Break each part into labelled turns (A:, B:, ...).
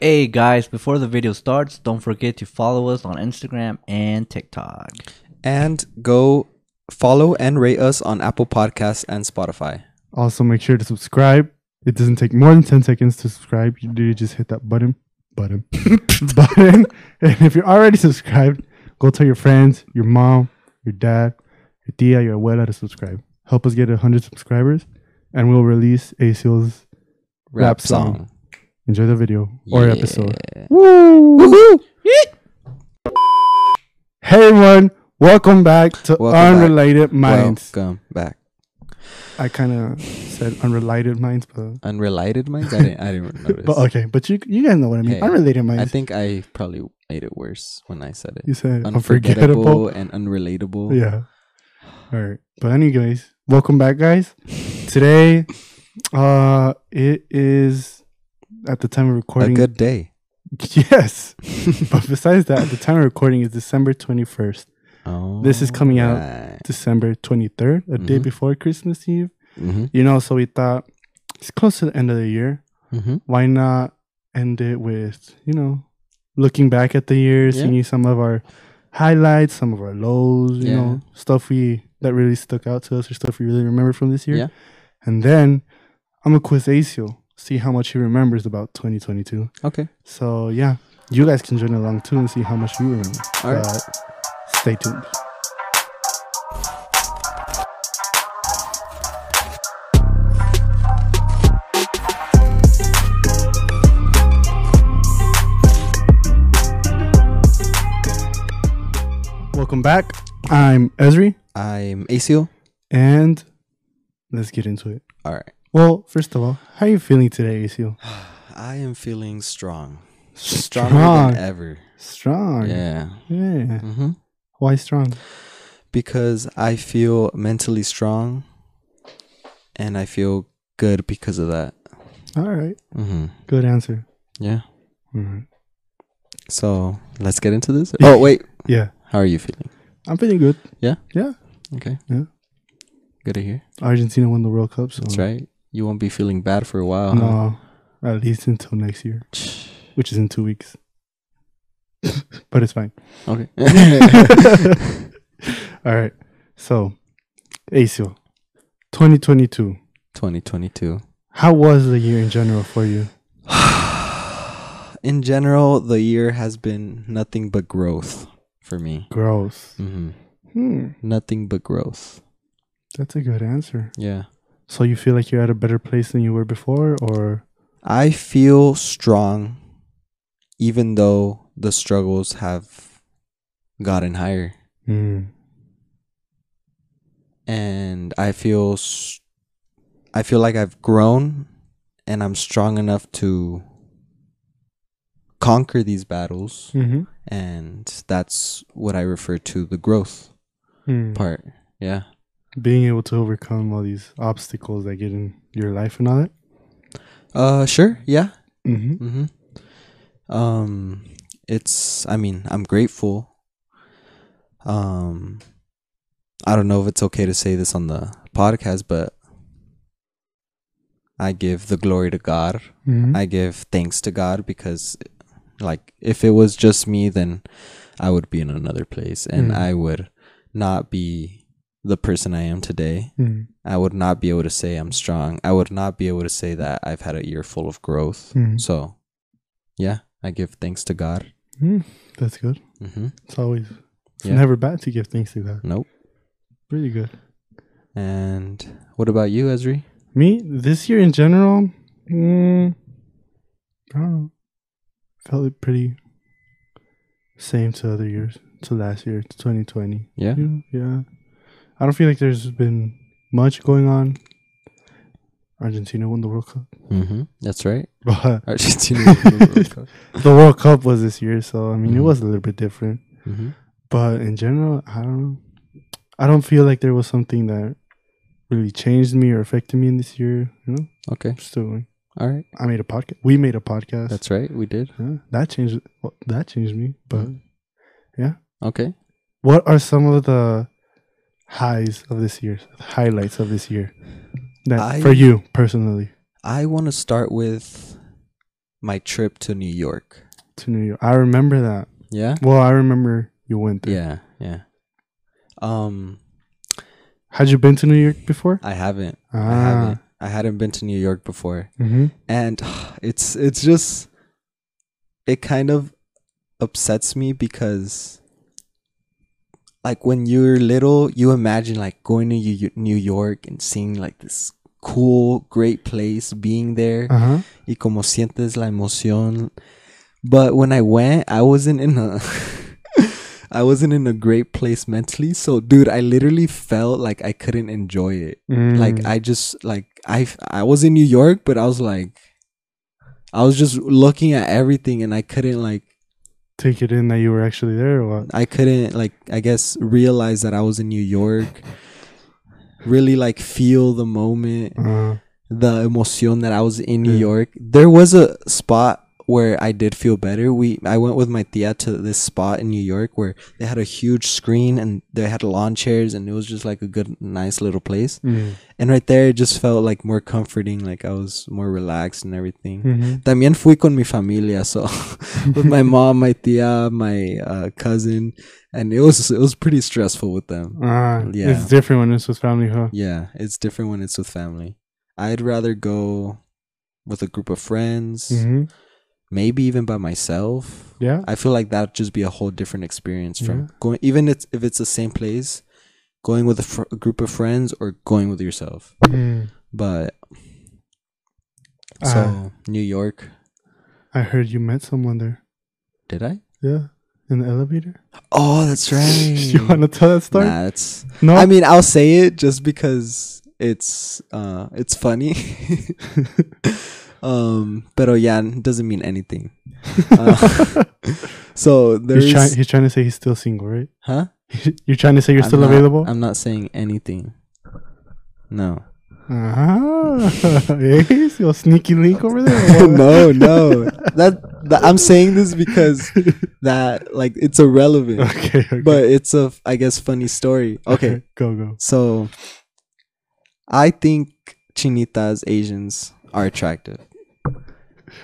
A: Hey guys, before the video starts, don't forget to follow us on Instagram and TikTok.
B: And go follow and rate us on Apple Podcasts and Spotify.
C: Also, make sure to subscribe. It doesn't take more than 10 seconds to subscribe. You do just hit that button, button, button. And if you're already subscribed, go tell your friends, your mom, your dad, your tia, your abuela to subscribe. Help us get 100 subscribers, and we'll release ASIL's. Rap song. Enjoy the video or episode.
B: Woohoo!
C: Hey everyone, welcome back to
B: Welcome back.
C: Unrelated Minds.
B: Welcome back.
C: I kind of said unrelated minds, but,
B: Unrelated minds? I didn't, I didn't notice.
C: but okay. But you you guys know what I mean.
B: Hey,
C: unrelated minds.
B: I think I probably made it worse when I said
C: you
B: it.
C: said
B: Unforgettable
C: unforgettable.
B: and unrelatable.
C: Yeah. All right. But anyways, welcome back, guys. Today, uh, it is at the time of
B: A
C: recording.
B: good day.
C: yes. but besides that, at the time of recording is December twenty first.
B: Oh,
C: This is coming out December twenty third, a day
B: Mhm.
C: before Christmas Eve.
B: Mm-hmm.
C: You know, so we thought it's close to the end of the year.
B: Mm-hmm.
C: Why not end it with, you know, looking back at the year,
B: Yeah.
C: seeing some of our highlights, some of our lows, you
B: Yeah.
C: know, stuff we that really stuck out to us or stuff we really remember from this year.
B: Yeah.
C: And then I'm gonna quiz Acio, see how much he remembers about 2022.
B: Okay.
C: So yeah, you guys can join along too and see how much you remember.
B: All right.
C: But stay tuned. Welcome back. I'm Ezri,
B: I'm Acio.
C: and let's get into it.
B: All right.
C: Well, first of all, how are you feeling today, ACL?
B: I am feeling strong. Stronger than
C: Strong.
B: ever.
C: Strong.
B: Yeah.
C: yeah.
B: Mm-hmm.
C: Why strong?
B: because I feel mentally strong and I feel good because of that.
C: All right.
B: Mm-hmm.
C: Good answer.
B: Yeah.
C: All
B: Mm-hmm.
C: right.
B: So let's get into this. Oh, wait.
C: Yeah.
B: How are you feeling?
C: I'm feeling good.
B: Yeah?
C: Yeah.
B: Okay.
C: Yeah.
B: Good to hear.
C: Argentina won the World Cup, so
B: That's right. Uh-huh. You won't be feeling bad for a while. huh?
C: no, at least until next year, which is in two weeks. but it's fine.
B: Okay.
C: All right. So, ASIO, 2022.
B: 2022.
C: How was the year in general for you?
B: In general, the year has been nothing but growth for me.
C: Gross.
B: Mm-hmm.
C: Hmm.
B: Nothing but growth.
C: That's a good answer.
B: Yeah.
C: So you feel like you're at a better place than you were before, or
B: I feel strong even though the struggles have gotten higher. Mm-hmm.
C: Hmm.
B: And I feel s- I feel like I've grown and I'm strong enough to conquer these battles
C: Mm-hmm.
B: and that's what I refer to the growth part. Yeah.
C: Hmm. being able to overcome all these obstacles that get in your life and all that.
B: Uh sure. Yeah.
C: Mm-hmm.
B: Mhm. Um it's I mean, I'm grateful. Um I don't know if it's okay to say this on the podcast, but I give the glory to God.
C: Mm-hmm.
B: I give thanks to God because like if it was just me then I would be in another place and
C: Mm.
B: I would not be the person I am today.
C: Mm-hmm.
B: I would not be able to say I'm strong. I would not be able to say that I've had a year full of growth.
C: Hmm.
B: So, yeah, I give thanks to God.
C: Mm-hmm. That's good.
B: hmm
C: It's always it's
B: Yeah.
C: never bad to give thanks to God.
B: Nope.
C: Pretty good.
B: And what about you, Ezri?
C: Me this year in general, mm, I don't know. Felt it pretty same to other years, to last year, to 2020.
B: Yeah.
C: Yeah, yeah. I don't feel like there's been much going on. Argentina won the World Cup,
B: Mm-hmm. That's right.
C: but
B: Argentina. mm-hmm.
C: the World Cup was this year, so I mean it was a little bit different. But in general, I don't know. I don't feel like there was something that really changed me or affected me in this year. You know,
B: Okay.
C: still,
B: All right.
C: I made a podcast. We made a podcast.
B: That's right. We did.
C: Yeah, that changed. Well, that changed me. But
B: Mhm.
C: yeah.
B: Okay.
C: what are some of the highs of this year? Highlights of this year that
B: I-
C: for you personally?
B: I want to start with my trip to New York.
C: to New York. I remember that.
B: Yeah?
C: Well, I remember you went there.
B: Yeah, yeah. Um
C: Had you been to New York before?
B: I haven't. I
C: Ah.
B: haven't. I hadn't been to New York before.
C: Mm-hmm.
B: And it's it's just it kind of upsets me because like when you're little, you imagine like going to U- New York and seeing like this cool, great place, being there.
C: Uh huh.
B: y como sientes la emoción. But when I went, I wasn't in a I wasn't in a great place mentally. So dude, I literally felt like I couldn't enjoy it.
C: Mm.
B: Like I just like I I was in New York, but I was like I was just looking at everything and I couldn't like
C: take it in that you were actually there or what?
B: I couldn't like I guess realize that I was in New York. Really like feel the moment
C: Uh,
B: the emotion that I was in New
C: Yeah.
B: York. There was a spot where I did feel better. We I went with my tia to this spot in New York where they had a huge screen and they had lawn chairs and it was just like a good nice little place. And right there it just felt like more comforting, like I was more relaxed and everything.
C: Mhm.
B: También fui con mi familia, so with my mom, my tia, my uh, cousin, and it was it was pretty stressful with them.
C: Ah,
B: Yeah.
C: It's different when it's with family, huh?
B: Yeah, it's different when it's with family. I'd rather go with a group of friends,
C: hmm
B: maybe even by myself.
C: Yeah.
B: I feel like that'd just be a whole different experience from
C: Yeah.
B: going, even it's, if it's the same place, going with a, fr- a group of friends or going with yourself.
C: Mm.
B: But
C: Ah.
B: so New York,
C: I heard you met someone there.
B: did I?
C: Yeah. In the elevator.
B: Oh, that's
C: you want
B: right.
C: to tell that story?
B: Nah, that's,
C: No.
B: I mean, I'll say it just because it's uh it's funny. um, pero yeah, it doesn't mean anything. Uh, so
C: he's,
B: there's
C: trying, he's trying to say he's still single, right?
B: huh?
C: You're trying to say you're
B: I'm
C: still
B: not-
C: available?
B: I'm not saying anything. No.
C: Ah, hey, your sneaky link over there. or what?
B: no, no. That, that I'm saying this because that like it's irrelevant,
C: Okay, okay.
B: but it's a I guess funny story. Okay.
C: Go, go.
B: So I think Chinitas Asians are attractive.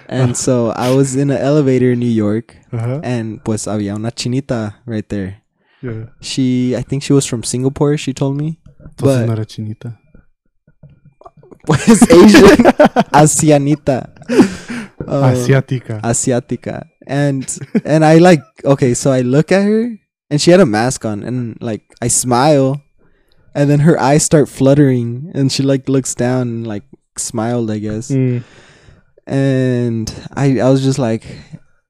B: And so I was in an elevator in New York
C: Uh huh.
B: and pues había una chinita right there.
C: Yeah.
B: She I think she was from Singapore, she told me.
C: Entonces no
B: But
C: era chinita.
B: pues Asian Asianita. Uh,
C: Asiática.
B: Asiatica. And and I like okay, so I look at her and she had a mask on and like I smile and then her eyes start fluttering and she like looks down and like smiled, I guess.
C: Mm.
B: And I I was just like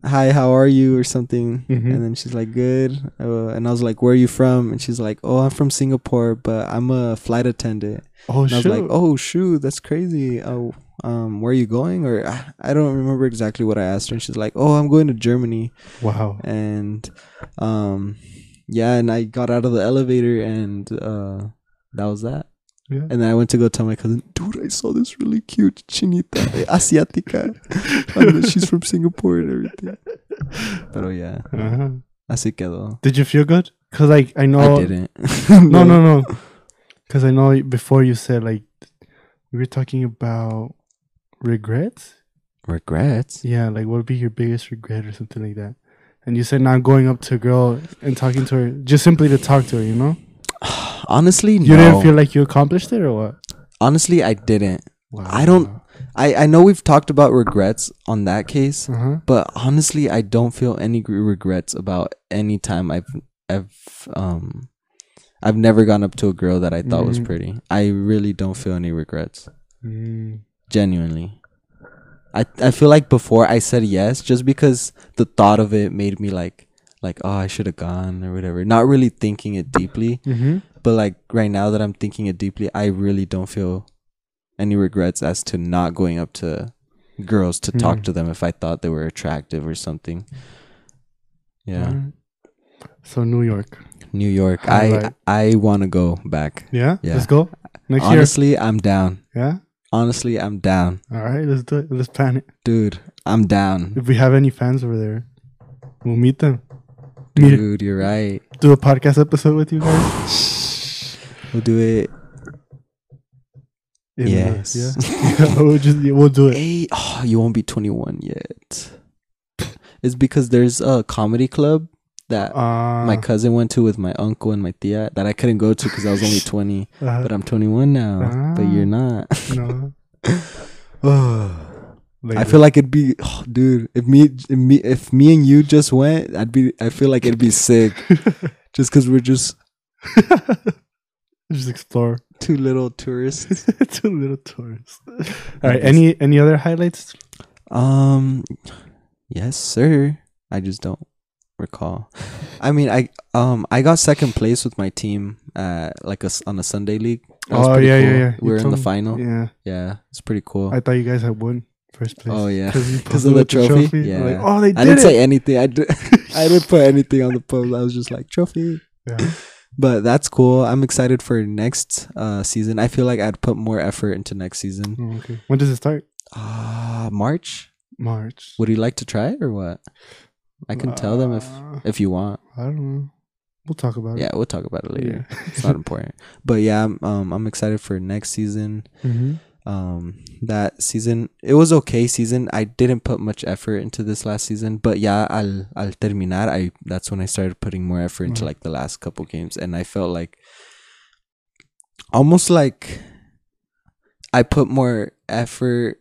B: Hi, how are you? or something.
C: Mhm.
B: And then she's like, Good. Uh, and I was like, Where are you from? And she's like, Oh, I'm from Singapore, but I'm a flight attendant.
C: Oh,
B: And I was
C: shoot.
B: like, "Oh shoot, that's crazy. Oh, um, where are you going?" Or I- I don't remember exactly what I asked her. And she's like, "Oh, I'm going to Germany."
C: Wow.
B: And um, yeah, and I got out of the elevator, and uh, that was that.
C: Yeah.
B: And then I went to go tell my cousin, dude, I saw this really cute chinita eh, asiática. And she's from Singapore and everything. But oh yeah,
C: Uh-huh.
B: así quedó.
C: Did you feel good? Because, like, I know.
B: I didn't.
C: No, no, no. Because I know before you said, like, we were talking about regrets.
B: Regrets.
C: Yeah, like, what would be your biggest regret or something like that? And you said not going up to a girl and talking to her, just simply to talk to her, you know?
B: Honestly, no.
C: You didn't feel like you accomplished it or what?
B: Honestly, I didn't.
C: Wow.
B: I don't- I, I know we've talked about regrets on that case,
C: Uh huh.
B: but honestly, I don't feel any gr- regrets about any time I've I've um I've never gone up to a girl that I thought was
C: Mhm.
B: pretty. I really don't feel any regrets,
C: Mm.
B: genuinely. I I feel like before I said yes, just because the thought of it made me like like oh I should have gone or whatever. Not really thinking it deeply,
C: hmm
B: but like right now that I'm thinking it deeply, I really don't feel any regrets as to not going up to girls to talk
C: Mm.
B: to them if I thought they were attractive or something. Yeah.
C: Mm-hmm. So, New York.
B: New York.
C: Highlight.
B: I I want to go back.
C: Yeah?
B: Yeah.
C: Let's go. Next
B: Honestly, I'm down.
C: year.
B: Honestly, I'm down.
C: Yeah? All right, let's do it. Let's plan it.
B: Dude, I'm down.
C: If we have any fans over there, we'll meet them. Meet,
B: Dude, you're right.
C: do a podcast episode with you guys.
B: We'll do it
C: in the-
B: yes.
C: yeah. we'll just we'll do it.
B: Hey, oh, you won't be 21 yet. It's because there's a comedy club that
C: Uh,
B: my cousin went to with my uncle and my tia that I couldn't go to because I was only 20.
C: uh,
B: But I'm 21 now. But you're
C: Ah.
B: not.
C: no.
B: I feel like it'd be, oh, dude. If me, if me, if me and you just went, I'd be. I feel like it'd be sick, just because we're just
C: just explore.
B: two little tourists.
C: Two little tourists. All right. Any any other highlights?
B: Um, yes, sir. I just don't recall. I mean, I um, I got second place with my team at like us on a Sunday league. That was
C: Oh,
B: pretty
C: yeah, yeah,
B: cool.
C: yeah. You
B: We were in
C: told
B: the
C: me.
B: final. Yeah,
C: Yeah.
B: it's pretty cool.
C: I thought you guys had won first place.
B: Oh, yeah.
C: you
B: 'Cause of
C: posted
B: the
C: with
B: trophy?
C: I'm like,
B: Yeah.
C: oh, they did
B: I didn't
C: it.
B: say anything. I did. I didn't put anything on the post. I was just like trophy.
C: yeah.
B: But that's cool. I'm excited for next uh season. I feel like I'd put more effort into next season.
C: Oh, okay. When does it start?
B: Ah, March.
C: March.
B: Would you like to try it or what? I can tell them if
C: Uh,
B: if you want.
C: I don't know. We'll talk
B: uh,
C: about
B: Yeah,
C: it.
B: we'll talk about it later.
C: Yeah.
B: it's not important. But yeah, I'm, um, I'm excited for next season.
C: Mhm.
B: Um, that season it was okay season. I didn't put much effort into this last season, but yeah, al al terminar, I that's when I started putting more effort into
C: Mhm.
B: like the last couple games, and I felt like almost like I put more effort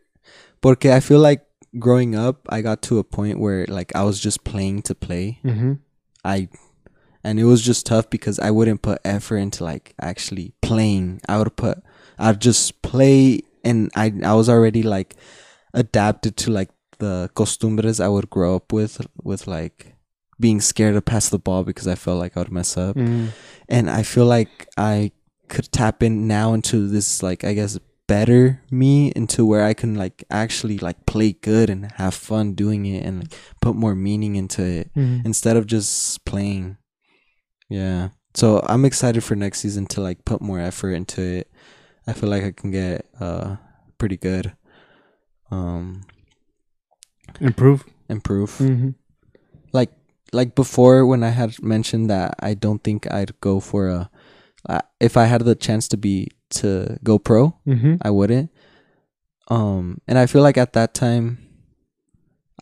B: porque I feel like growing up, I got to a point where like I was just playing to play.
C: Mhm.
B: I and it was just tough because I wouldn't put effort into like actually playing. I would put I'd just play and I I was already like adapted to like the costumbres I would grow up with with like being scared to pass the ball because I felt like I would mess up.
C: Mm.
B: And I feel like I could tap in now into this like I guess better me into where I can like actually like play good and have fun doing it and like put more meaning into it
C: Mhm.
B: instead of just playing. Yeah. So I'm excited for next season to like put more effort into it. I feel like I can get uh pretty good. Um
C: Improve.
B: improve.
C: Mm-hmm.
B: Like before when I had mentioned that I don't think I'd go for a uh, if I had the chance to be to go pro,
C: Mm-hmm.
B: I wouldn't. Um and I feel like at that time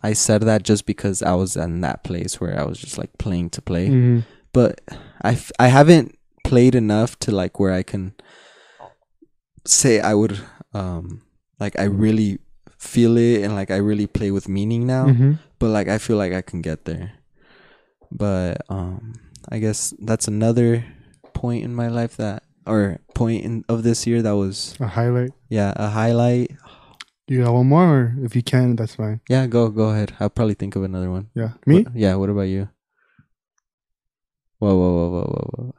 B: I said that just because I was in that place where I was just like playing to play.
C: Mm-hmm.
B: but I, f- I haven't played enough to like where I can say I would um like I really feel it and like I really play with meaning now
C: Mm-hmm.
B: but like I feel like I can get there but um I guess that's another point in my life that or point in, of this year that was
C: A highlight.
B: yeah a highlight
C: You got one more? Or if you can, that's fine.
B: yeah go go ahead I'll probably think of another one
C: Yeah. Me?
B: What- yeah what about you whoa whoa whoa whoa whoa whoa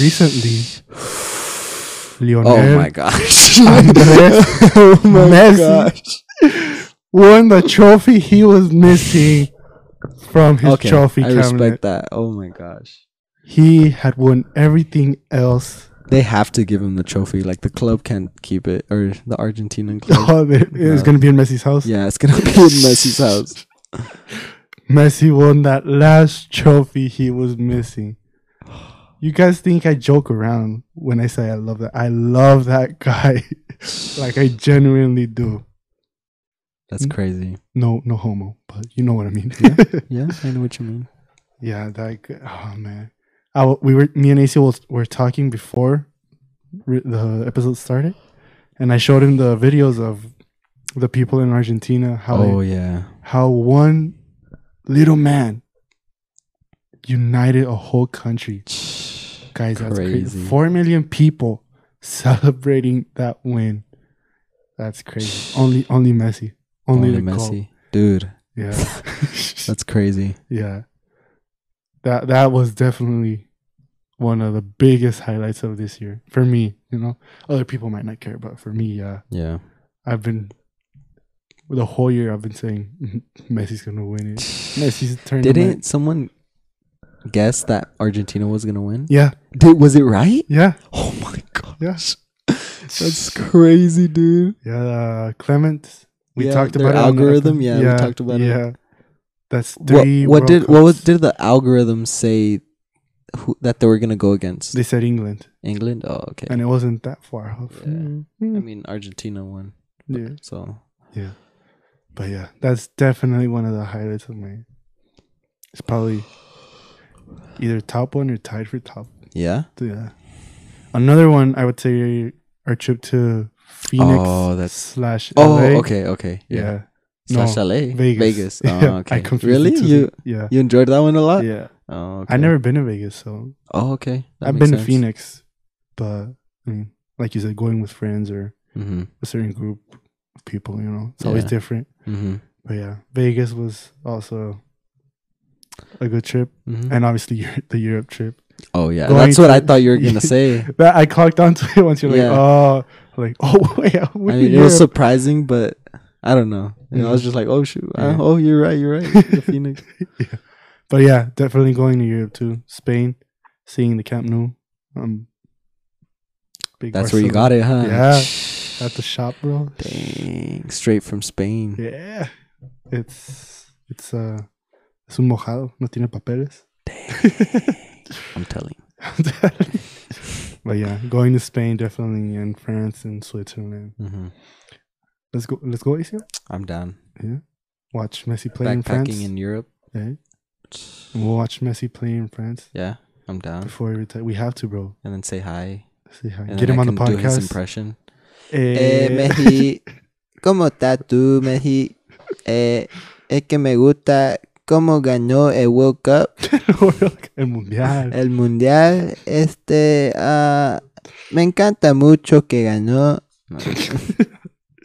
C: Recently, Lionel
B: Oh my gosh.
C: Andres
B: oh
C: Messi won the trophy he was missing from his
B: Okay,
C: trophy
B: I
C: cabinet.
B: respect that. Oh my gosh.
C: He had won everything else.
B: They have to give him the trophy. Like the club can't keep it or the Argentinian club.
C: Oh, it was
B: No.
C: going to be in Messi's house.
B: yeah, it's gonna be in Messi's house.
C: Messi won that last trophy he was missing. You guys think I joke around when I say I love that? I love that guy. like I genuinely do. Hmm?
B: That's crazy.
C: No, no homo, but you know what I mean.
B: Yeah, I know what you mean.
C: Yeah, that. g- Oh man, I w- we were me and AC was were talking before re- the episode started, and I showed him the videos of the people in Argentina how
B: Oh
C: they,
B: yeah.
C: how one little man united a whole country. Guys, that's crazy.
B: Crazy.
C: Four million people celebrating that win. That's crazy. only only Messi. Only,
B: Only
C: the goal.
B: Messi. Dude,
C: Yeah.
B: that's crazy.
C: Yeah. That that was definitely one of the biggest highlights of this year for me, you know. Other people might not care, but for me, yeah.
B: Yeah.
C: I've been the whole year I've been saying "Mhm, Messi's going to win it. Messi's tournament.
B: Didn't someone guess that Argentina was gonna win?
C: Yeah.
B: Did was it right?
C: Yeah.
B: Oh my god.
C: Yeah.
B: That's crazy, dude.
C: Yeah, uh, Clement. We
B: Yeah,
C: talked
B: their
C: about it on the
B: algorithm,
C: epi-
B: yeah, we talked about it.
C: Yeah. That's
B: what,
C: three
B: what
C: World
B: did what
C: Cups.
B: did the algorithm say who that they were gonna go against?
C: They said England,
B: England. Oh, okay.
C: and it wasn't that far off.
B: Yeah.
C: Mm,
B: I mean, Argentina won.
C: yeah.
B: So
C: Yeah. But yeah, that's definitely one of the highlights of my. It's probably either top one or tied for top.
B: yeah.
C: Yeah. Another one I would say our trip to Phoenix
B: Oh, that's-
C: slash
B: Oh,
C: LA.
B: okay, okay.
C: Yeah.
B: Yeah. Slash
C: No,
B: LA.
C: Vegas.
B: Vegas. Oh,
C: Yeah, I
B: okay.
C: confused
B: really?
C: the two.
B: You
C: Yeah.
B: you enjoyed that one a lot?
C: Yeah.
B: Oh, okay.
C: I never been to Vegas, so
B: Oh, okay. That
C: I've
B: makes
C: been to
B: sense.
C: Phoenix, but I mean, like you said, going with friends or
B: Mhm.
C: a certain group of people, you know, it's always
B: Yeah.
C: different.
B: Mhm.
C: But yeah, Vegas was also a good trip,
B: Mhm.
C: and obviously Eu- the Europe trip.
B: Oh yeah,
C: going
B: that's what I
C: to-
B: thought you were gonna say.
C: That I clocked onto it once. You're
B: Yeah.
C: like, oh, like oh, yeah,
B: I mean, it was surprising, but I don't know. You know, I was
C: Mhm.
B: just like, oh shoot,
C: Yeah.
B: uh, oh you're right, you're right. The Phoenix.
C: But yeah, definitely going to Europe too. Spain, seeing the Camp Nou. Um, big
B: That's where you got it, huh?
C: Yeah. at the shop, bro.
B: Dang, straight from Spain.
C: Yeah, it's it's uh, es un mojado. No tiene papeles.
B: I'm telling.
C: but yeah, going to Spain definitely, and France and Switzerland.
B: you. Mhm.
C: Let's go. Let's go, Isio.
B: I'm down.
C: Watch Messi play in France.
B: Backpacking in Europe.
C: Eh? We'll watch Messi play in France
B: Yeah, I'm down.
C: before he retires. We have to, bro.
B: And then say hi.
C: See how
B: And
C: get
B: then
C: him
B: I
C: on the
B: can Do his
C: podcast.
B: impression.
C: Eh,
B: Eh, Meji, ¿cómo estás tú, Meji? Eh, es que me gusta cómo ganó el World Cup,
C: El mundial.
B: el Mundial. Este, ah, me encanta mucho que ganó. No.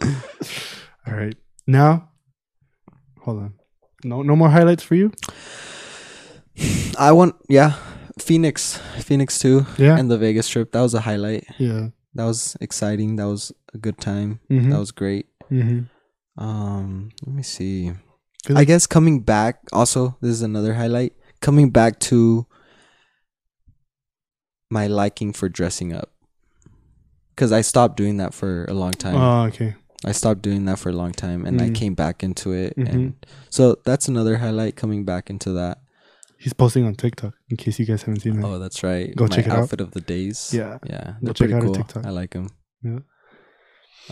C: All right. Now, hold on. No, no more highlights for you.
B: I want, yeah, Phoenix, Phoenix too,
C: Yeah.
B: and the Vegas trip. That was a highlight.
C: yeah.
B: That was exciting. That was a good time.
C: Mm-hmm.
B: That was great.
C: mm-hmm.
B: Um, let me see.
C: Feel
B: I
C: like-
B: guess coming back also this is another highlight. Coming back to my liking for dressing up. Cuz I stopped doing that for a long time.
C: Oh, okay.
B: I stopped doing that for a long time and I
C: Mm.
B: came back into it
C: Mhm.
B: and so that's another highlight coming back into that.
C: He's posting on TikTok in case you guys haven't seen that.
B: Oh, that's right.
C: Go
B: my
C: check it out.
B: outfit of the days.
C: Yeah.
B: Yeah.
C: Go
B: They're
C: check
B: pretty
C: out her
B: cool.
C: TikTok.
B: I like them.
C: Yeah.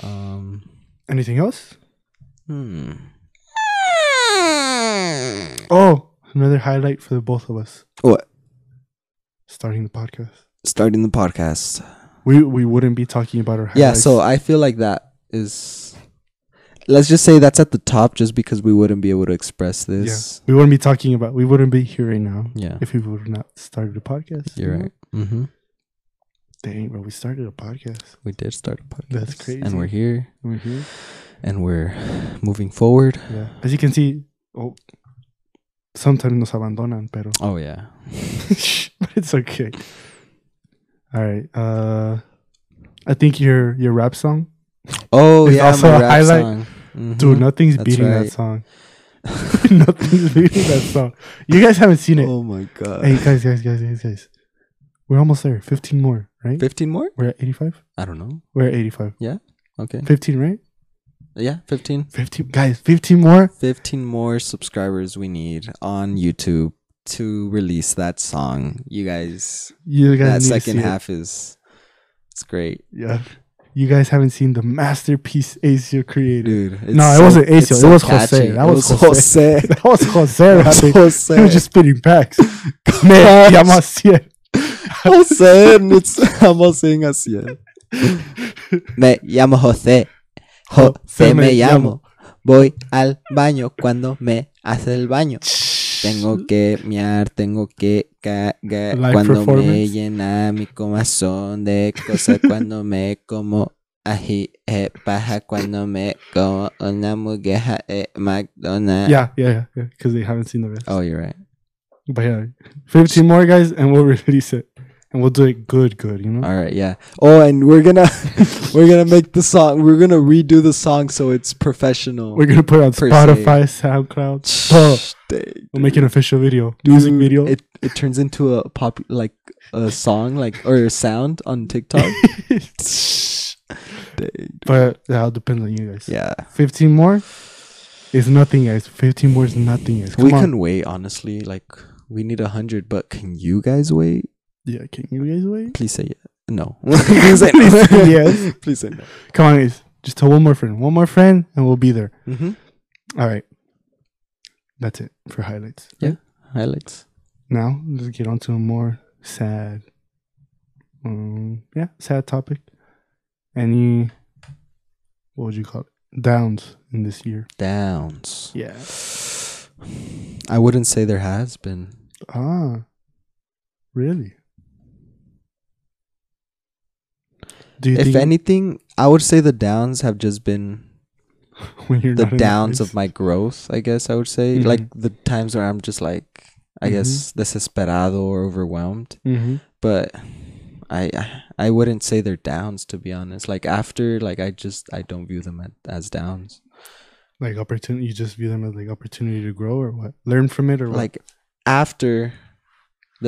B: Um
C: Anything else?
B: hmm.
C: Oh, another highlight for the both of us.
B: What?
C: Starting the podcast.
B: Starting the podcast.
C: We we wouldn't be talking about our highlights.
B: Yeah, so I feel like that is. Let's just say that's at the top, just because we wouldn't be able to express this.
C: we wouldn't be talking about. We wouldn't be here right now
B: Yeah,
C: if we would not started the podcast.
B: you're
C: you know?
B: right. Mm-hmm.
C: Dang, bro, we started a podcast.
B: We did start a podcast.
C: That's
B: And
C: crazy.
B: we're here,
C: We're here.
B: and we're moving forward.
C: Yeah. As you can see, oh, sometimes nos abandonan, pero
B: Oh yeah,
C: but it's okay. All right. Uh, I think your your rap song,
B: Oh
C: It's
B: yeah,
C: also
B: my
C: a
B: rap
C: highlight.
B: song. Mhm.
C: dude. Nothing's
B: That's
C: beating that
B: right.
C: song. nothing's beating that song. You guys haven't seen it.
B: oh my god.
C: Hey guys, guys, guys, guys, guys. We're almost there. 15 more, right?
B: Fifteen more?
C: We're at 85?
B: I don't know.
C: We're at 85.
B: Okay.
C: 15, right?
B: Yeah, fifteen.
C: 15. Guys, 15 more?
B: Fifteen more subscribers we need on YouTube to release that song. You guys,
C: You
B: that
C: guys need to
B: second
C: see it.
B: half is, it's great.
C: Yeah. You guys haven't seen the masterpiece Acio created.
B: dude. it's
C: No, it
B: so-
C: wasn't
B: it's
C: Acio, it
B: so
C: was Jose.
B: catchy.
C: That
B: It
C: was
B: Jose.
C: That was Jose
B: That was
C: rapping.
B: Jose.
C: He was just spitting packs. Man, ya más cien.
B: Jose. and It's almost saying us yet. Me llamo José.
C: José
B: José
C: me
B: me llamo.
C: llamo.
B: Voy al baño cuando me hace el baño. Tengo que miar, tengo que cagar
C: Live
B: cuando me
C: performance.
B: llena mi comazón de cosas cuando me como ají eh, paja cuando me como una hamburguesa de McDonald's.
C: Yeah, yeah, yeah. Because they haven't seen the rest.
B: Oh, you're right.
C: But yeah, 15 more, guys, and we'll release it. And we'll do it good, good, you know?
B: All right, yeah. Oh, and we're gonna we're gonna make the song. We're gonna redo the song so it's professional.
C: We're going to put it on
B: Per se.
C: Spotify, SoundCloud. Oh,
B: Dang.
C: we'll make an official video, music
B: Dude,
C: video.
B: It it turns into a pop like a song like or a sound on TikTok. Dang.
C: But that all depends on you guys.
B: Yeah,
C: 15 more is nothing, guys. 15 more is nothing, guys. Come
B: we
C: on.
B: can wait. Honestly, like We need a hundred, but can you guys wait?
C: Yeah, can you guys wait?
B: Please say yes. No. Please say no.
C: Yes.
B: Please say no.
C: Come on, guys. Just tell one more friend, one more friend, and we'll be there.
B: Mm-hmm.
C: All right. That's it for highlights.
B: Yeah. Highlights.
C: Now let's get on to a more sad, um, yeah, sad topic. Any, what would you call it? Downs in this year.
B: Downs.
C: Yeah.
B: I wouldn't say there has been.
C: Ah, really? Do you
B: If
C: think
B: anything, I would say the downs have just been
C: when you're
B: the
C: not in that
B: downs
C: place-
B: of my growth, I guess I would say.
C: Mhm.
B: Like the times where I'm just like, I
C: Mhm.
B: guess, desesperado or overwhelmed.
C: Mhm.
B: But I I- I wouldn't say they're downs, to be honest. Like after, like I just, I don't view them at, as downs.
C: like opportunity you just view them as like opportunity to grow or what learn from it or what?
B: Like after,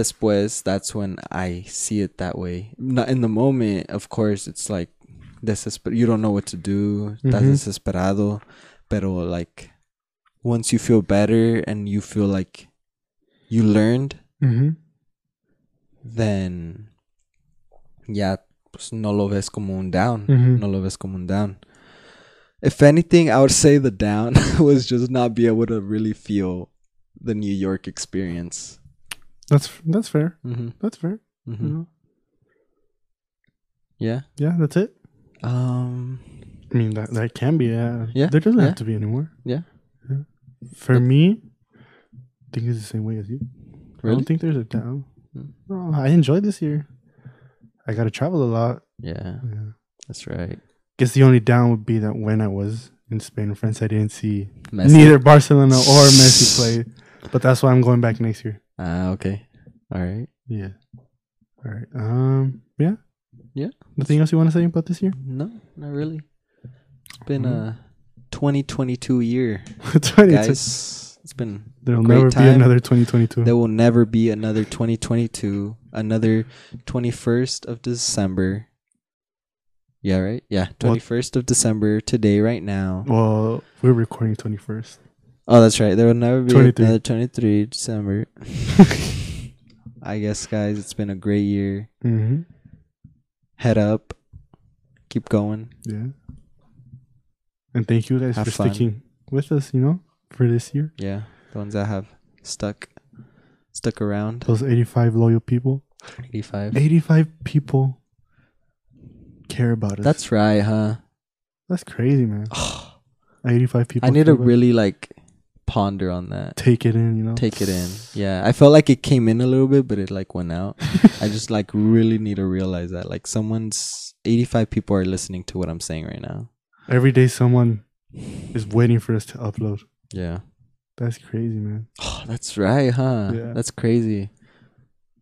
B: después, that's when I see it that way. Not in the moment, of course, it's like, desesper- you don't know what to do. Estás
C: Mhm.
B: desesperado. Pero like, once you feel better and you feel like you learned,
C: mm-hmm.
B: then ya pues, no lo ves como un down.
C: Mhm.
B: No lo ves como un down. If anything, I would say the down was just not be able to really feel the New York experience.
C: that's that's fair
B: Mm-hmm.
C: that's fair you
B: Mm-hmm.
C: know?
B: Yeah.
C: yeah that's it
B: Um.
C: i mean that that can be yeah
B: Yeah,
C: there doesn't
B: yeah.
C: have to be anymore
B: Yeah.
C: Yeah. for me i think it's the same way as you i
B: Really?
C: don't think there's a down
B: Mm.
C: no, i enjoyed this year i got to travel a lot
B: Yeah.
C: yeah.
B: That's right.
C: guess the only down would be that when i was in spain and france i didn't see
B: Messi.
C: neither barcelona or messi play but that's why i'm going back next year
B: Ah. Okay. All right.
C: Yeah. All right. Um. Yeah.
B: Yeah.
C: Nothing else you want to say about this year?
B: No, not really. It's been
C: Mhm.
B: a 2022 year,
C: Twenty-
B: guys. It's been
C: There'll
B: great
C: never be
B: time.
C: another 2022.
B: There will never be another 2022, another 21st of December. Yeah, right? Yeah, 21st of December today, right now.
C: well, we're recording 21st.
B: Oh, that's right. There will never be
C: 23.
B: another 23 December. I guess, guys, it's been a great year.
C: Mm-hmm.
B: Head up, keep going.
C: Yeah. And thank you guys
B: Have
C: for
B: fun.
C: sticking with us. You know, for this year,
B: Yeah, the ones that have stuck, stuck around.
C: those 85 loyal people.
B: 85.
C: 85 people care about us.
B: That's right, huh?
C: that's crazy, man. 85 people.
B: I need
C: care
B: to
C: about-
B: really like ponder on that.
C: take it in. You know,
B: take it in. Yeah, I felt like it came in a little bit, but it like went out. I just like really need to realize that like someone's 85 people are listening to what I'm saying right now.
C: Every day, someone is waiting for us to upload.
B: Yeah.
C: That's crazy, man.
B: Oh, that's right, huh?
C: Yeah.
B: That's crazy.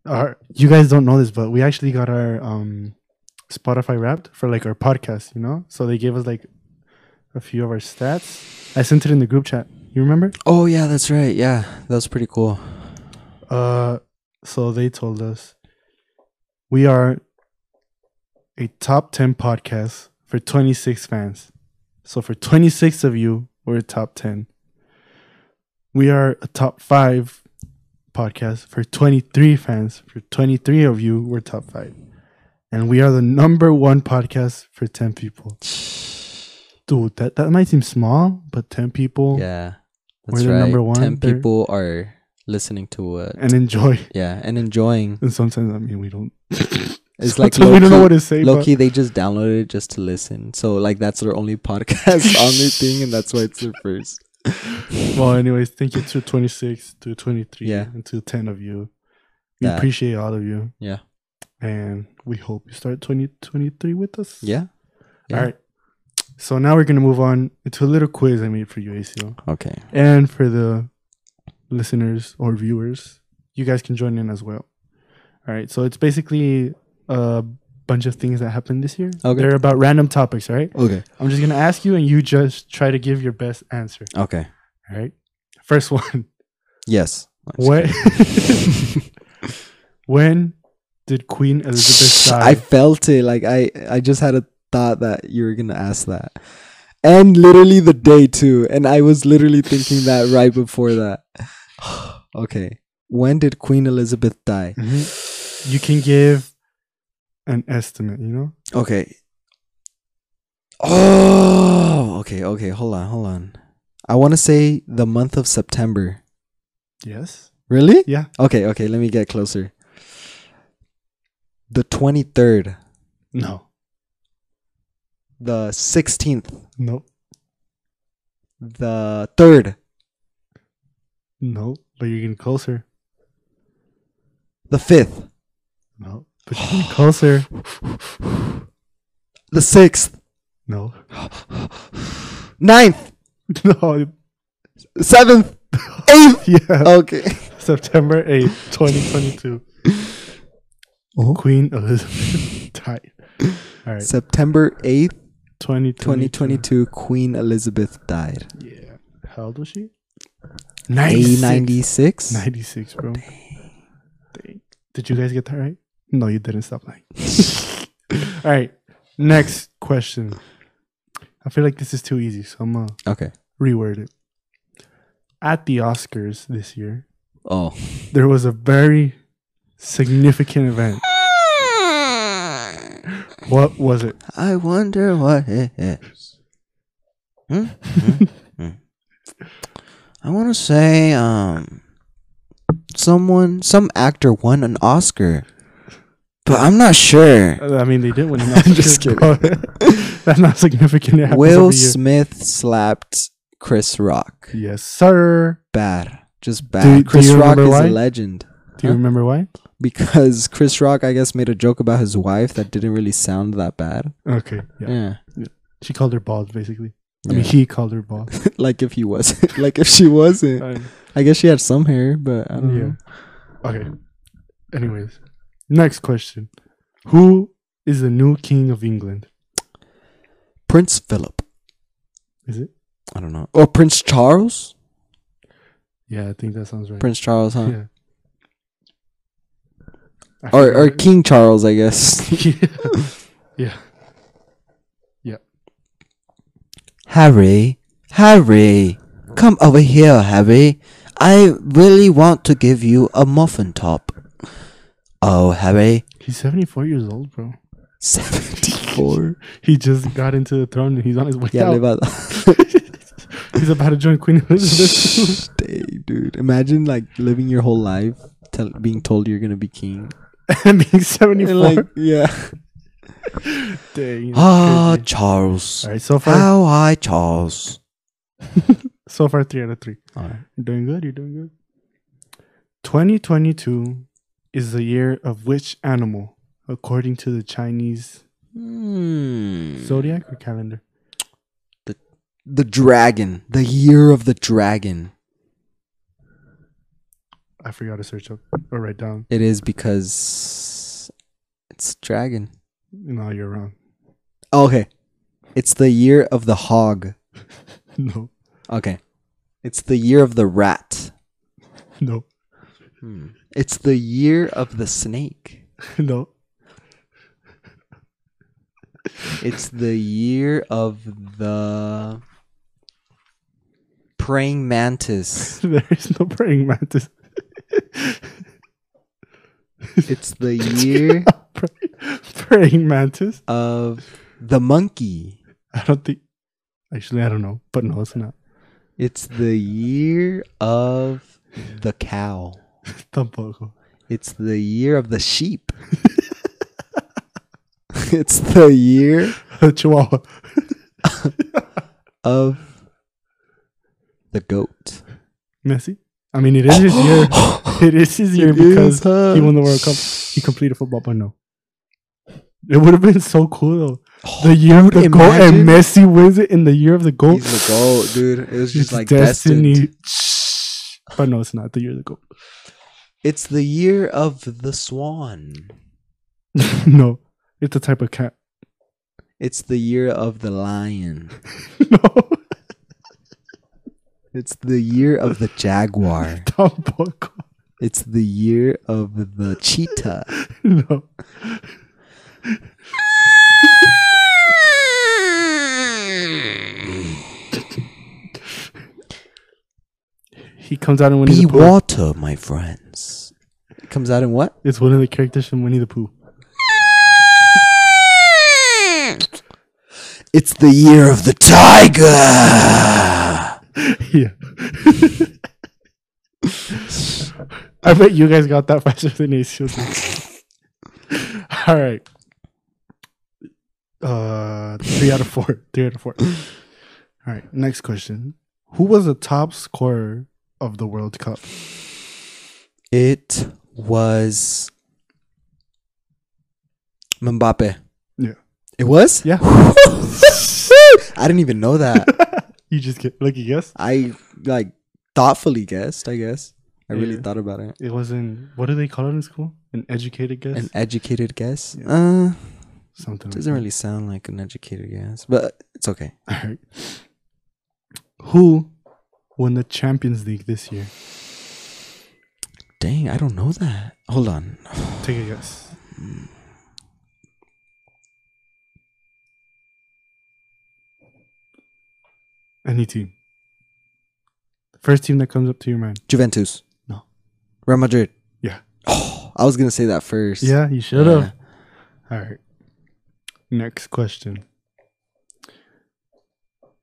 C: our you guys don't know this, but we actually got our um Spotify wrapped for like our podcast, you know? So they gave us like a few of our stats. I sent it in the group chat. You remember?
B: Oh yeah, that's right. Yeah, that was pretty cool.
C: Uh so they told us we are a top 10 podcast for 26 fans. So for 26 of you, we're a top 10. We are a top 5 podcast for 23 fans. For 23 of you, we're top 5. And we are the number 1 podcast for 10 people. Dude, that, that might seem small, but 10 people
B: Yeah,
C: We're
B: that's
C: the
B: right.
C: number one,
B: Ten
C: they're-
B: people are listening to what?
C: and enjoy.
B: Yeah, and enjoying.
C: And sometimes I mean we don't
B: It's like
C: sometimes we don't know
B: low-key-
C: what to say.
B: Low
C: but-
B: key, they just downloaded it just to listen. So like that's their only podcast on their thing, and that's why it's their first.
C: Well, anyways, thank you to 26, to 23,
B: Yeah.
C: and to 10 of you. We
B: That-
C: appreciate all of you.
B: Yeah.
C: And we hope you start 2023 with us.
B: Yeah. yeah.
C: All right. So now we're going to move on to a little quiz I made for you, ACL.
B: Okay.
C: And for the listeners or viewers, you guys can join in as well. All right. So it's basically a bunch of things that happened this year.
B: Okay.
C: They're about random topics, all right?
B: Okay.
C: I'm just going to ask you, and you just try to give your best answer.
B: Okay.
C: All right. First one.
B: Yes.
C: What? when did Queen Elizabeth die?
B: I felt it. Like I, I just had a thought that you were gonna ask that, and literally the day too. And I was literally thinking that right before that. okay. When did Queen Elizabeth die?
C: Mhm. You can give an estimate, you know?
B: Okay. Oh, okay, okay. Hold on, hold on. I want to say the month of September.
C: Yes.
B: Really?
C: Yeah.
B: Okay, okay. Let me get closer. The 23rd,
C: No.
B: the 16th,
C: No.
B: the 3rd,
C: No. But you're getting closer.
B: the 5th,
C: No. But you're getting closer.
B: the 6th,
C: No.
B: 9th,
C: No.
B: 7th, 8th.
C: Yeah.
B: Okay.
C: September 8th, 2022.
B: Oh.
C: Queen Elizabeth died. All right.
B: September 8th,
C: 2022.
B: 2022, Queen Elizabeth died.
C: Yeah. How old was she?
B: A
C: 96.
B: 96?
C: 96, bro. Dang. Did you guys get that right? No, you didn't. Stop lying. All right. Next question. I feel like this is too easy, so I'm going to
B: Okay.
C: reword it. At the Oscars this year,
B: Oh.
C: there was a very significant event. What was it?
B: I wonder what it is. Hmm? Hmm? Hmm. I want to say, um, someone, some actor won an Oscar, but I'm not sure.
C: I mean, they didn't win an
B: I'm
C: Oscar.
B: just kidding.
C: but That's not significant. It happens
B: Will
C: every year.
B: Smith slapped Chris Rock.
C: Yes, sir.
B: Bad, just bad.
C: do
B: Chris
C: you
B: Rock is
C: remember why?
B: a legend
C: Do you
B: Huh?
C: remember why?
B: because Chris Rock, I guess, made a joke about his wife that didn't really sound that bad.
C: Okay. Yeah.
B: Yeah,
C: She called her bald, basically. I
B: Yeah.
C: mean, he called her bald.
B: like if he wasn't, like if she wasn't.
C: Um,
B: I guess she had some hair, but I don't know. Mm-hmm.
C: Okay. Anyways, next question. Who is the new king of England?
B: Prince Philip.
C: Is it?
B: I don't know. Or Prince Charles?
C: Yeah, I think that sounds right.
B: Prince Charles, huh?
C: Yeah. I
B: Or or
C: forgot.
B: King Charles, I guess.
C: yeah.
B: Harry, Harry, come over here, Harry. I really want to give you a muffin top. Oh, Harry,
C: He's 74 years old, bro.
B: seventy-four.
C: He just got into the throne and he's on his way
B: yeah,
C: out.
B: about
C: He's about to join Queen Elizabeth.
B: Dang, dude. Imagine like living your whole life, tell, being told you're gonna be king.
C: and being 74.
B: And, like, yeah.
C: Dang, that's
B: Ah,
C: crazy.
B: Charles.
C: All right, so far,
B: How I, Charles.
C: so far, three out of three.
B: All right.
C: You're doing good. You're doing good. 2022 is the year of which animal, according to the Chinese
B: Hmm.
C: zodiac or calendar?
B: the dragon, the year of the dragon.
C: I forgot to search up or write down.
B: It is because it's dragon.
C: No, you're wrong.
B: Oh, Okay. It's the year of the hog.
C: No,
B: Okay. It's the year of the rat.
C: no,
B: It's the year of the snake.
C: no.
B: It's the year of the praying mantis.
C: There is no praying mantis.
B: It's the year
C: Pray- praying mantis?
B: of the monkey.
C: I don't think. Actually, I don't know, but no, it's not.
B: It's the year of the cow.
C: Tampoco.
B: It's the year of the sheep. it's the year
C: Chihuahua.
B: of the goat.
C: Messi. I mean, it is his year. It is his year because he won the World Cup. He completed football, but no. It would have been so cool though. The year of the
B: Dude,
C: goal and
B: imagine-
C: Messi wins it in the year of the goal.
B: He's the goat, dude. It was just
C: It's
B: like
C: destiny.
B: destined.
C: But no, it's not the year of the goal.
B: It's the year of the swan.
C: no, it's a type of cat.
B: It's the year of the lion.
C: no,
B: It's the year of the jaguar.
C: tampoco.
B: It's the year of the cheetah.
C: No, he comes out and wins.
B: Be
C: the pool.
B: water. to my friends. It comes out in what?
C: It's one of the characters from Winnie the Pooh.
B: It's the year of the tiger.
C: yeah. I bet you guys got that faster than Ace. All right. Uh, three out of four. Three out of four. All right. Next question. Who was the top scorer of the World Cup?
B: It was Mbappe.
C: Yeah.
B: It was?
C: Yeah.
B: I didn't even know that.
C: you just get lucky guess.
B: I like thoughtfully guessed, I guess. I really
C: Yeah.
B: thought about it.
C: It was in what do they call it in school? An educated guess.
B: An educated guess? Uh,
C: Something. like
B: doesn't
C: that.
B: really sound like an educated guess, but it's okay.
C: All right. Who won the Champions League this year?
B: Dang, I don't know that. Hold on.
C: Take a guess. Any team. First team that comes up to your mind.
B: Juventus.
C: No.
B: Real Madrid.
C: Yeah.
B: Oh, I was going to say that first.
C: Yeah, you should
B: Yeah.
C: have. All right. Next question.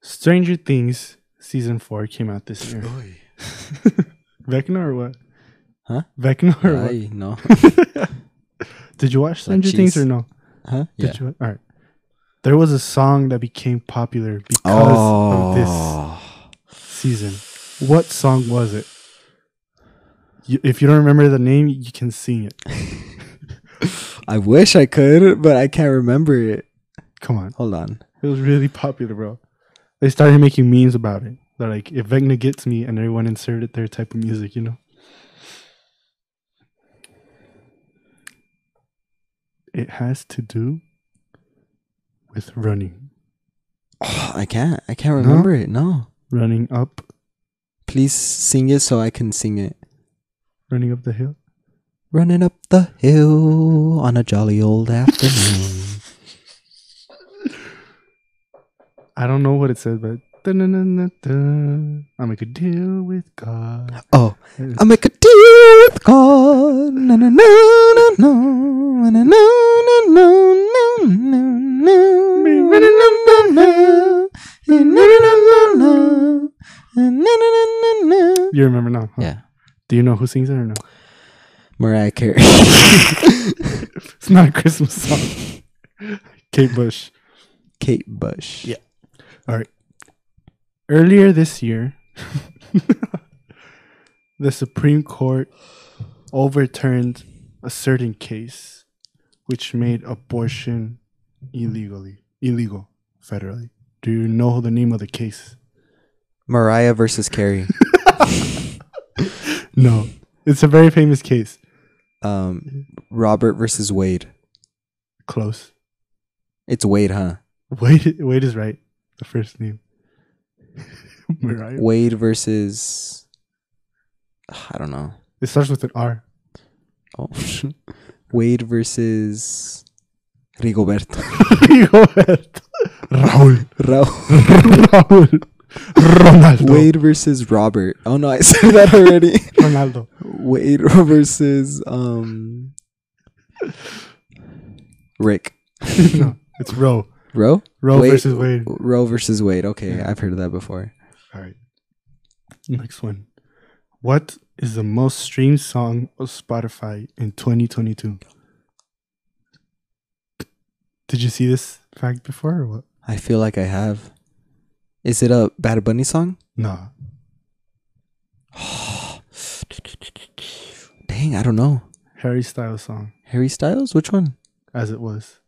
C: Stranger Things season four came out this year.
B: Oy.
C: Vecna or what?
B: Huh?
C: Vecna or what?
B: Ay, no.
C: Did you watch
B: Like
C: Stranger Things
B: cheese.
C: or no?
B: Huh? Yeah.
C: Did you? All right. There was a song that became popular because of
B: Oh.
C: this season. What song was it? You, if you don't remember the name, you can sing it.
B: I wish I could, but I can't remember it.
C: Come on.
B: Hold on.
C: It was really popular, bro. They started making memes about it. They're like, if Vegna gets me, and everyone inserted their type of music, you know? It has to do with running.
B: Oh, I can't. I can't remember it. No.
C: Running up,
B: Please sing it so I can sing it.
C: running up the hill.
B: Running up the hill on a jolly old afternoon.
C: I don't know what it says, but dun-dun-dun-dun-dun. I make a deal with God.
B: Oh, I make a deal with God. No, no, no, no, no, no, no, no, no, no, no, no, no.
C: You remember now? huh?
B: Yeah,
C: Do you know who sings it or no?
B: Mariah Carey.
C: It's not a Christmas song. Kate Bush.
B: Kate Bush.
C: Yeah. Earlier this year, the Supreme Court overturned a certain case which made abortion illegally illegal federally. Do you know the name of the case?
B: Mariah versus Carey.
C: No. It's a very famous case.
B: Um, Robert versus Wade.
C: Close.
B: It's Wade, huh?
C: Wade Wade is right. The first name. Mariah.
B: Wade versus. I don't know.
C: It starts with an R.
B: Oh, Wade versus Rigoberto.
C: Rigoberto. Raul.
B: Raul.
C: Raul. Ronaldo.
B: Wade versus Robert. Oh no, I said that already.
C: Ronaldo.
B: Wade versus um Rick.
C: no, it's Roe.
B: Roe?
C: Roe
B: Wade-
C: versus Wade.
B: Roe versus Wade. Okay,
C: Yeah.
B: I've heard of that before.
C: All right. Next one. What is the most streamed song of Spotify in 2022? Did you see this fact before or what?
B: I feel like I have. Is it a Bad Bunny song?
C: Nah.
B: Dang, I don't know.
C: Harry Styles song,
B: Harry Styles? Which one?
C: as it was.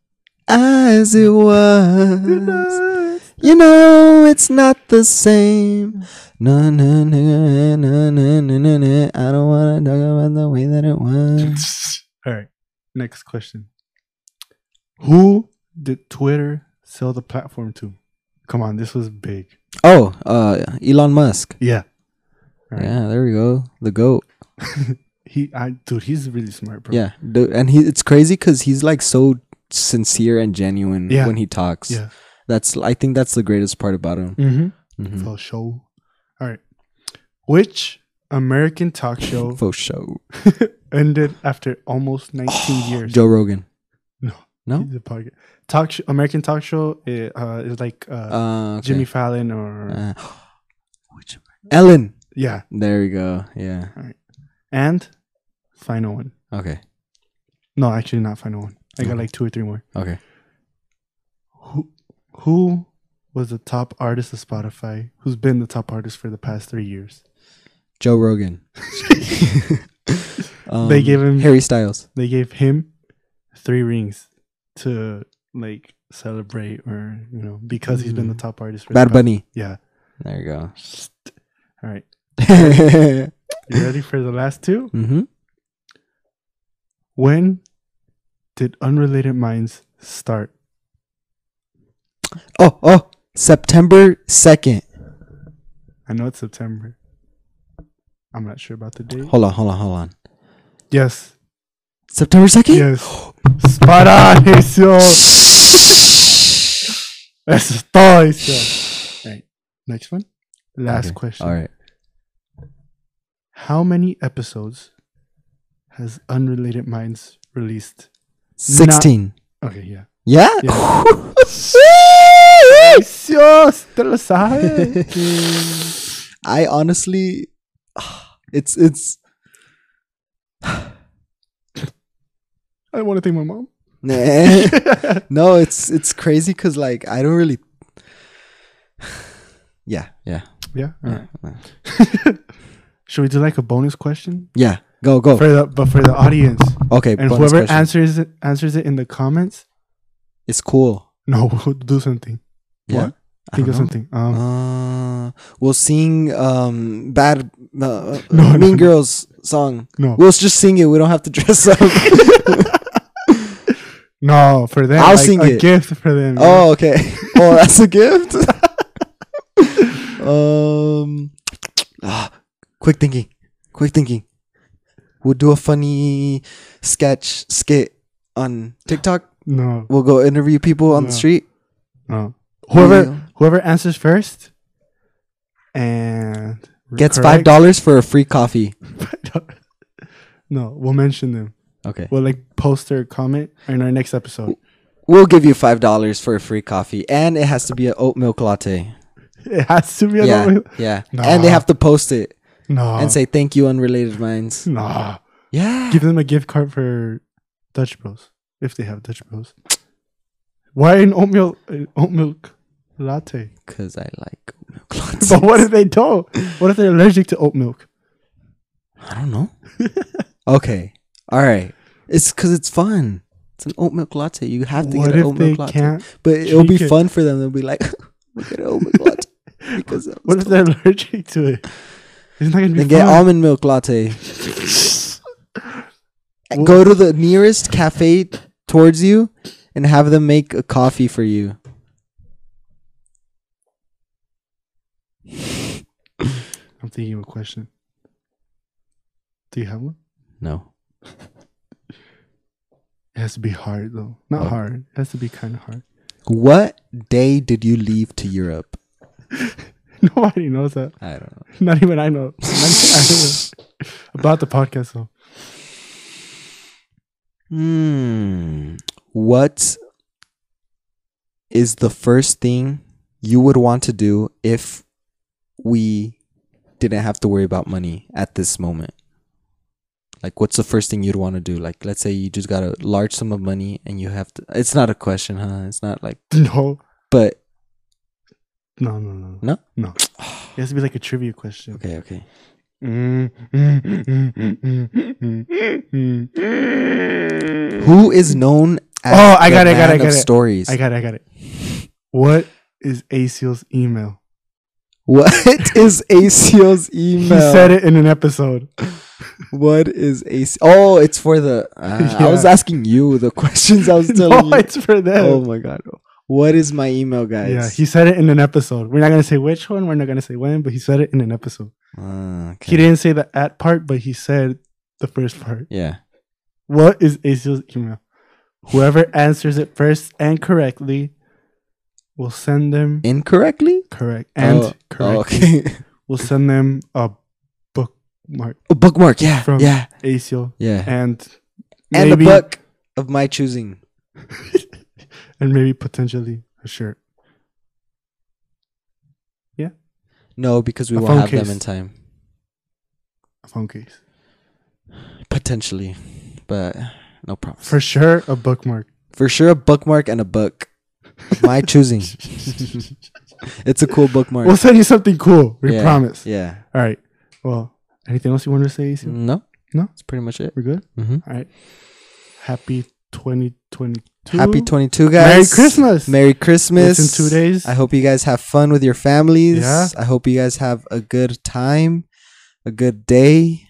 B: As it was. You know, it's not the same. No, no, no, no, no, no, no, no. I don't want to talk about the way that it was.
C: All right. Next question. Who did Twitter sell the platform to? Come on, this was big.
B: Oh, uh, Elon Musk.
C: Yeah. All right.
B: Yeah, there we go. The goat.
C: He, I, dude, he's really smart, bro.
B: Yeah, dude, and he it's crazy because he's like so sincere and genuine
C: Yeah.
B: when he talks.
C: Yeah.
B: That's I think that's the greatest part about him.
C: Mm-hmm.
B: Mhm.
C: For show. All right. Which American talk show
B: For show.
C: ended after almost 19 years.
B: Oh, Joe Rogan.
C: No.
B: No?
C: The podcast. Talk sh- American talk show i- uh, is like uh,
B: Uh, okay.
C: Jimmy Fallon or
B: Uh, which- Ellen.
C: yeah.
B: There you go. Yeah.
C: And final one.
B: Okay.
C: No, actually not final one. I got
B: Okay.
C: like two or three more.
B: Okay.
C: Who who was the top artist of Spotify? Who's been the top artist for the past three years?
B: Joe Rogan. Um,
C: They gave him-
B: Harry Styles.
C: They gave him three rings to like celebrate or you know because he's been the top artist for
B: Mm. Bad
C: the past-
B: Bunny.
C: Yeah.
B: There you go.
C: All right.
B: mm-hmm.
C: You ready for the last two? When did Unrelated Minds start?
B: Oh, oh. September 2nd.
C: I know it's September. I'm not sure about the date.
B: Hold on, hold on, hold on.
C: Yes.
B: September Oh. 2nd?
C: Yes. Spot on, Hazel. Eso es todo, Hazel. Right. Next one. Last
B: Okay.
C: question.
B: All right.
C: How many episodes has Unrelated Minds released?
B: 16.
C: Okay, yeah.
B: yeah?
C: Hazel, te lo sabes.
B: I honestly it's it's
C: I want to thank my mom.
B: no, it's it's crazy cuz like I don't really Yeah, yeah.
C: Yeah. All right.
B: yeah.
C: Should we do like a bonus question
B: Yeah. Go go.
C: for the but for the audience
B: okay,
C: and
B: Oh. bonus
C: whoever
B: question.
C: answers it, answers it in the comments?
B: it's cool.
C: No, we'll do something.
B: Yeah.
C: What?
B: I
C: Think
B: don't
C: of
B: know.
C: something. Um,
B: Uh, we'll sing um bad uh,
C: No, no,
B: Mean
C: no.
B: Girls song.
C: no,
B: We'll just sing it. We don't have to dress up.
C: no, for them.
B: I'll
C: like,
B: sing
C: a
B: it.
C: gift for them. you know?
B: oh, okay. Oh, that's a gift. um, ah, quick thinking. Quick thinking. We'll do a funny sketch skit on TikTok.
C: no,
B: We'll go interview people on the
C: No.
B: street.
C: no. Whoever
B: Yeah.
C: whoever answers first and
B: Gets five
C: correct-
B: dollars for a free coffee.
C: No, we'll mention them.
B: Okay.
C: We'll like post their comment in our next episode.
B: We'll give you five dollars for a free coffee, and it has to be an oat milk latte.
C: It has to be.
B: Yeah,
C: Yeah.
B: yeah.
C: Nah.
B: And they have to post it
C: No.
B: and say thank you, unrelated minds.
C: Nah.
B: Yeah.
C: Give them a gift card for Dutch Bros if they have Dutch Bros. Why an oatmeal an oat milk latte?
B: Because I like oat milk
C: But
B: lattes.
C: what if they don't? What if they're allergic to oat milk?
B: I don't know. okay. All right. It's because it's fun. It's an oat milk latte. You have to
C: What
B: get an
C: if
B: oat milk
C: they
B: latte.
C: can't?
B: but it'll be
C: drink it?
B: fun for them. They'll be like, we get an oat milk latte. Because that was
C: What if they're allergic to it? It's not gonna be
B: Then get
C: fun.
B: almond milk latte. Go to the nearest cafe towards you and have them make a coffee for you.
C: I'm thinking of a question. Do you have one?
B: No.
C: It has to be hard though. Not
B: Oh.
C: hard. It has to be kind of hard.
B: What day did you leave to Europe?
C: Nobody knows that.
B: I don't know.
C: Not even I know. Not even I know. About the podcast though.
B: Hmm. What is the first thing you would want to do if we didn't have to worry about money at this moment? Like, what's the first thing you'd want to do? Like, let's say you just got a large sum of money and you have to. It's not a question, huh? It's not like.
C: No.
B: But
C: No, no, no.
B: No?
C: No. It has to be like a trivia question.
B: okay, okay.
C: Mm, mm, mm, mm, mm, mm, mm, mm.
B: Who is known as
C: Oh, I
B: the
C: got it, I got it,
B: man
C: I
B: of
C: got it.
B: stories?
C: I got it, I got it. What is ACL's email?
B: what is ACO's
C: He
B: email?
C: said it in an episode.
B: What is AC? Oh, it's for the. Uh, I was
C: Yeah.
B: asking you the questions. I was telling
C: No,
B: you.
C: it's for them.
B: Oh my god. What is my email, guys?
C: Yeah, he said it in an episode. We're not gonna say which one. We're not gonna say when, but he said it in an episode.
B: Ah, okay.
C: He didn't say the at part, but he said the first part.
B: Yeah.
C: What is ACL's email? Whoever answers it first and correctly will send them
B: Incorrectly.
C: correct and
B: Oh,
C: correctly
B: okay.
C: will send them a book bookmark
B: A bookmark, yeah,
C: From-
B: yeah,
C: ACL
B: yeah,
C: and
B: and, a
C: maybe-
B: book of my choosing.
C: and maybe potentially a shirt.
B: No, because we
C: A
B: won't
C: phone
B: have
C: case.
B: them in time.
C: A phone case.
B: Potentially, but no promise.
C: For sure a bookmark.
B: For sure, a bookmark and a book of my choosing. it's a cool bookmark.
C: We'll send you something cool. We
B: Yeah.
C: promise.
B: yeah.
C: All right. Well, anything else you want to say, AC?
B: No.
C: No?
B: That's pretty much it.
C: We're good?
B: Mm-hmm.
C: All right. Happy 2022.
B: Happy 22, guys.
C: Merry Christmas.
B: Merry Christmas.
C: It's in two days.
B: I hope you guys have fun with your families.
C: Yeah.
B: I hope you guys have a good time, a good day,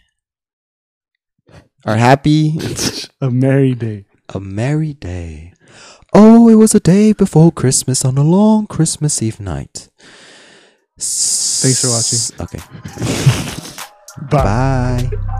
B: are happy.
C: a merry day.
B: a merry day. Oh, it was a day before Christmas on a long Christmas Eve night. Thanks
C: for watching.
B: Okay.
C: Bye.
B: Bye.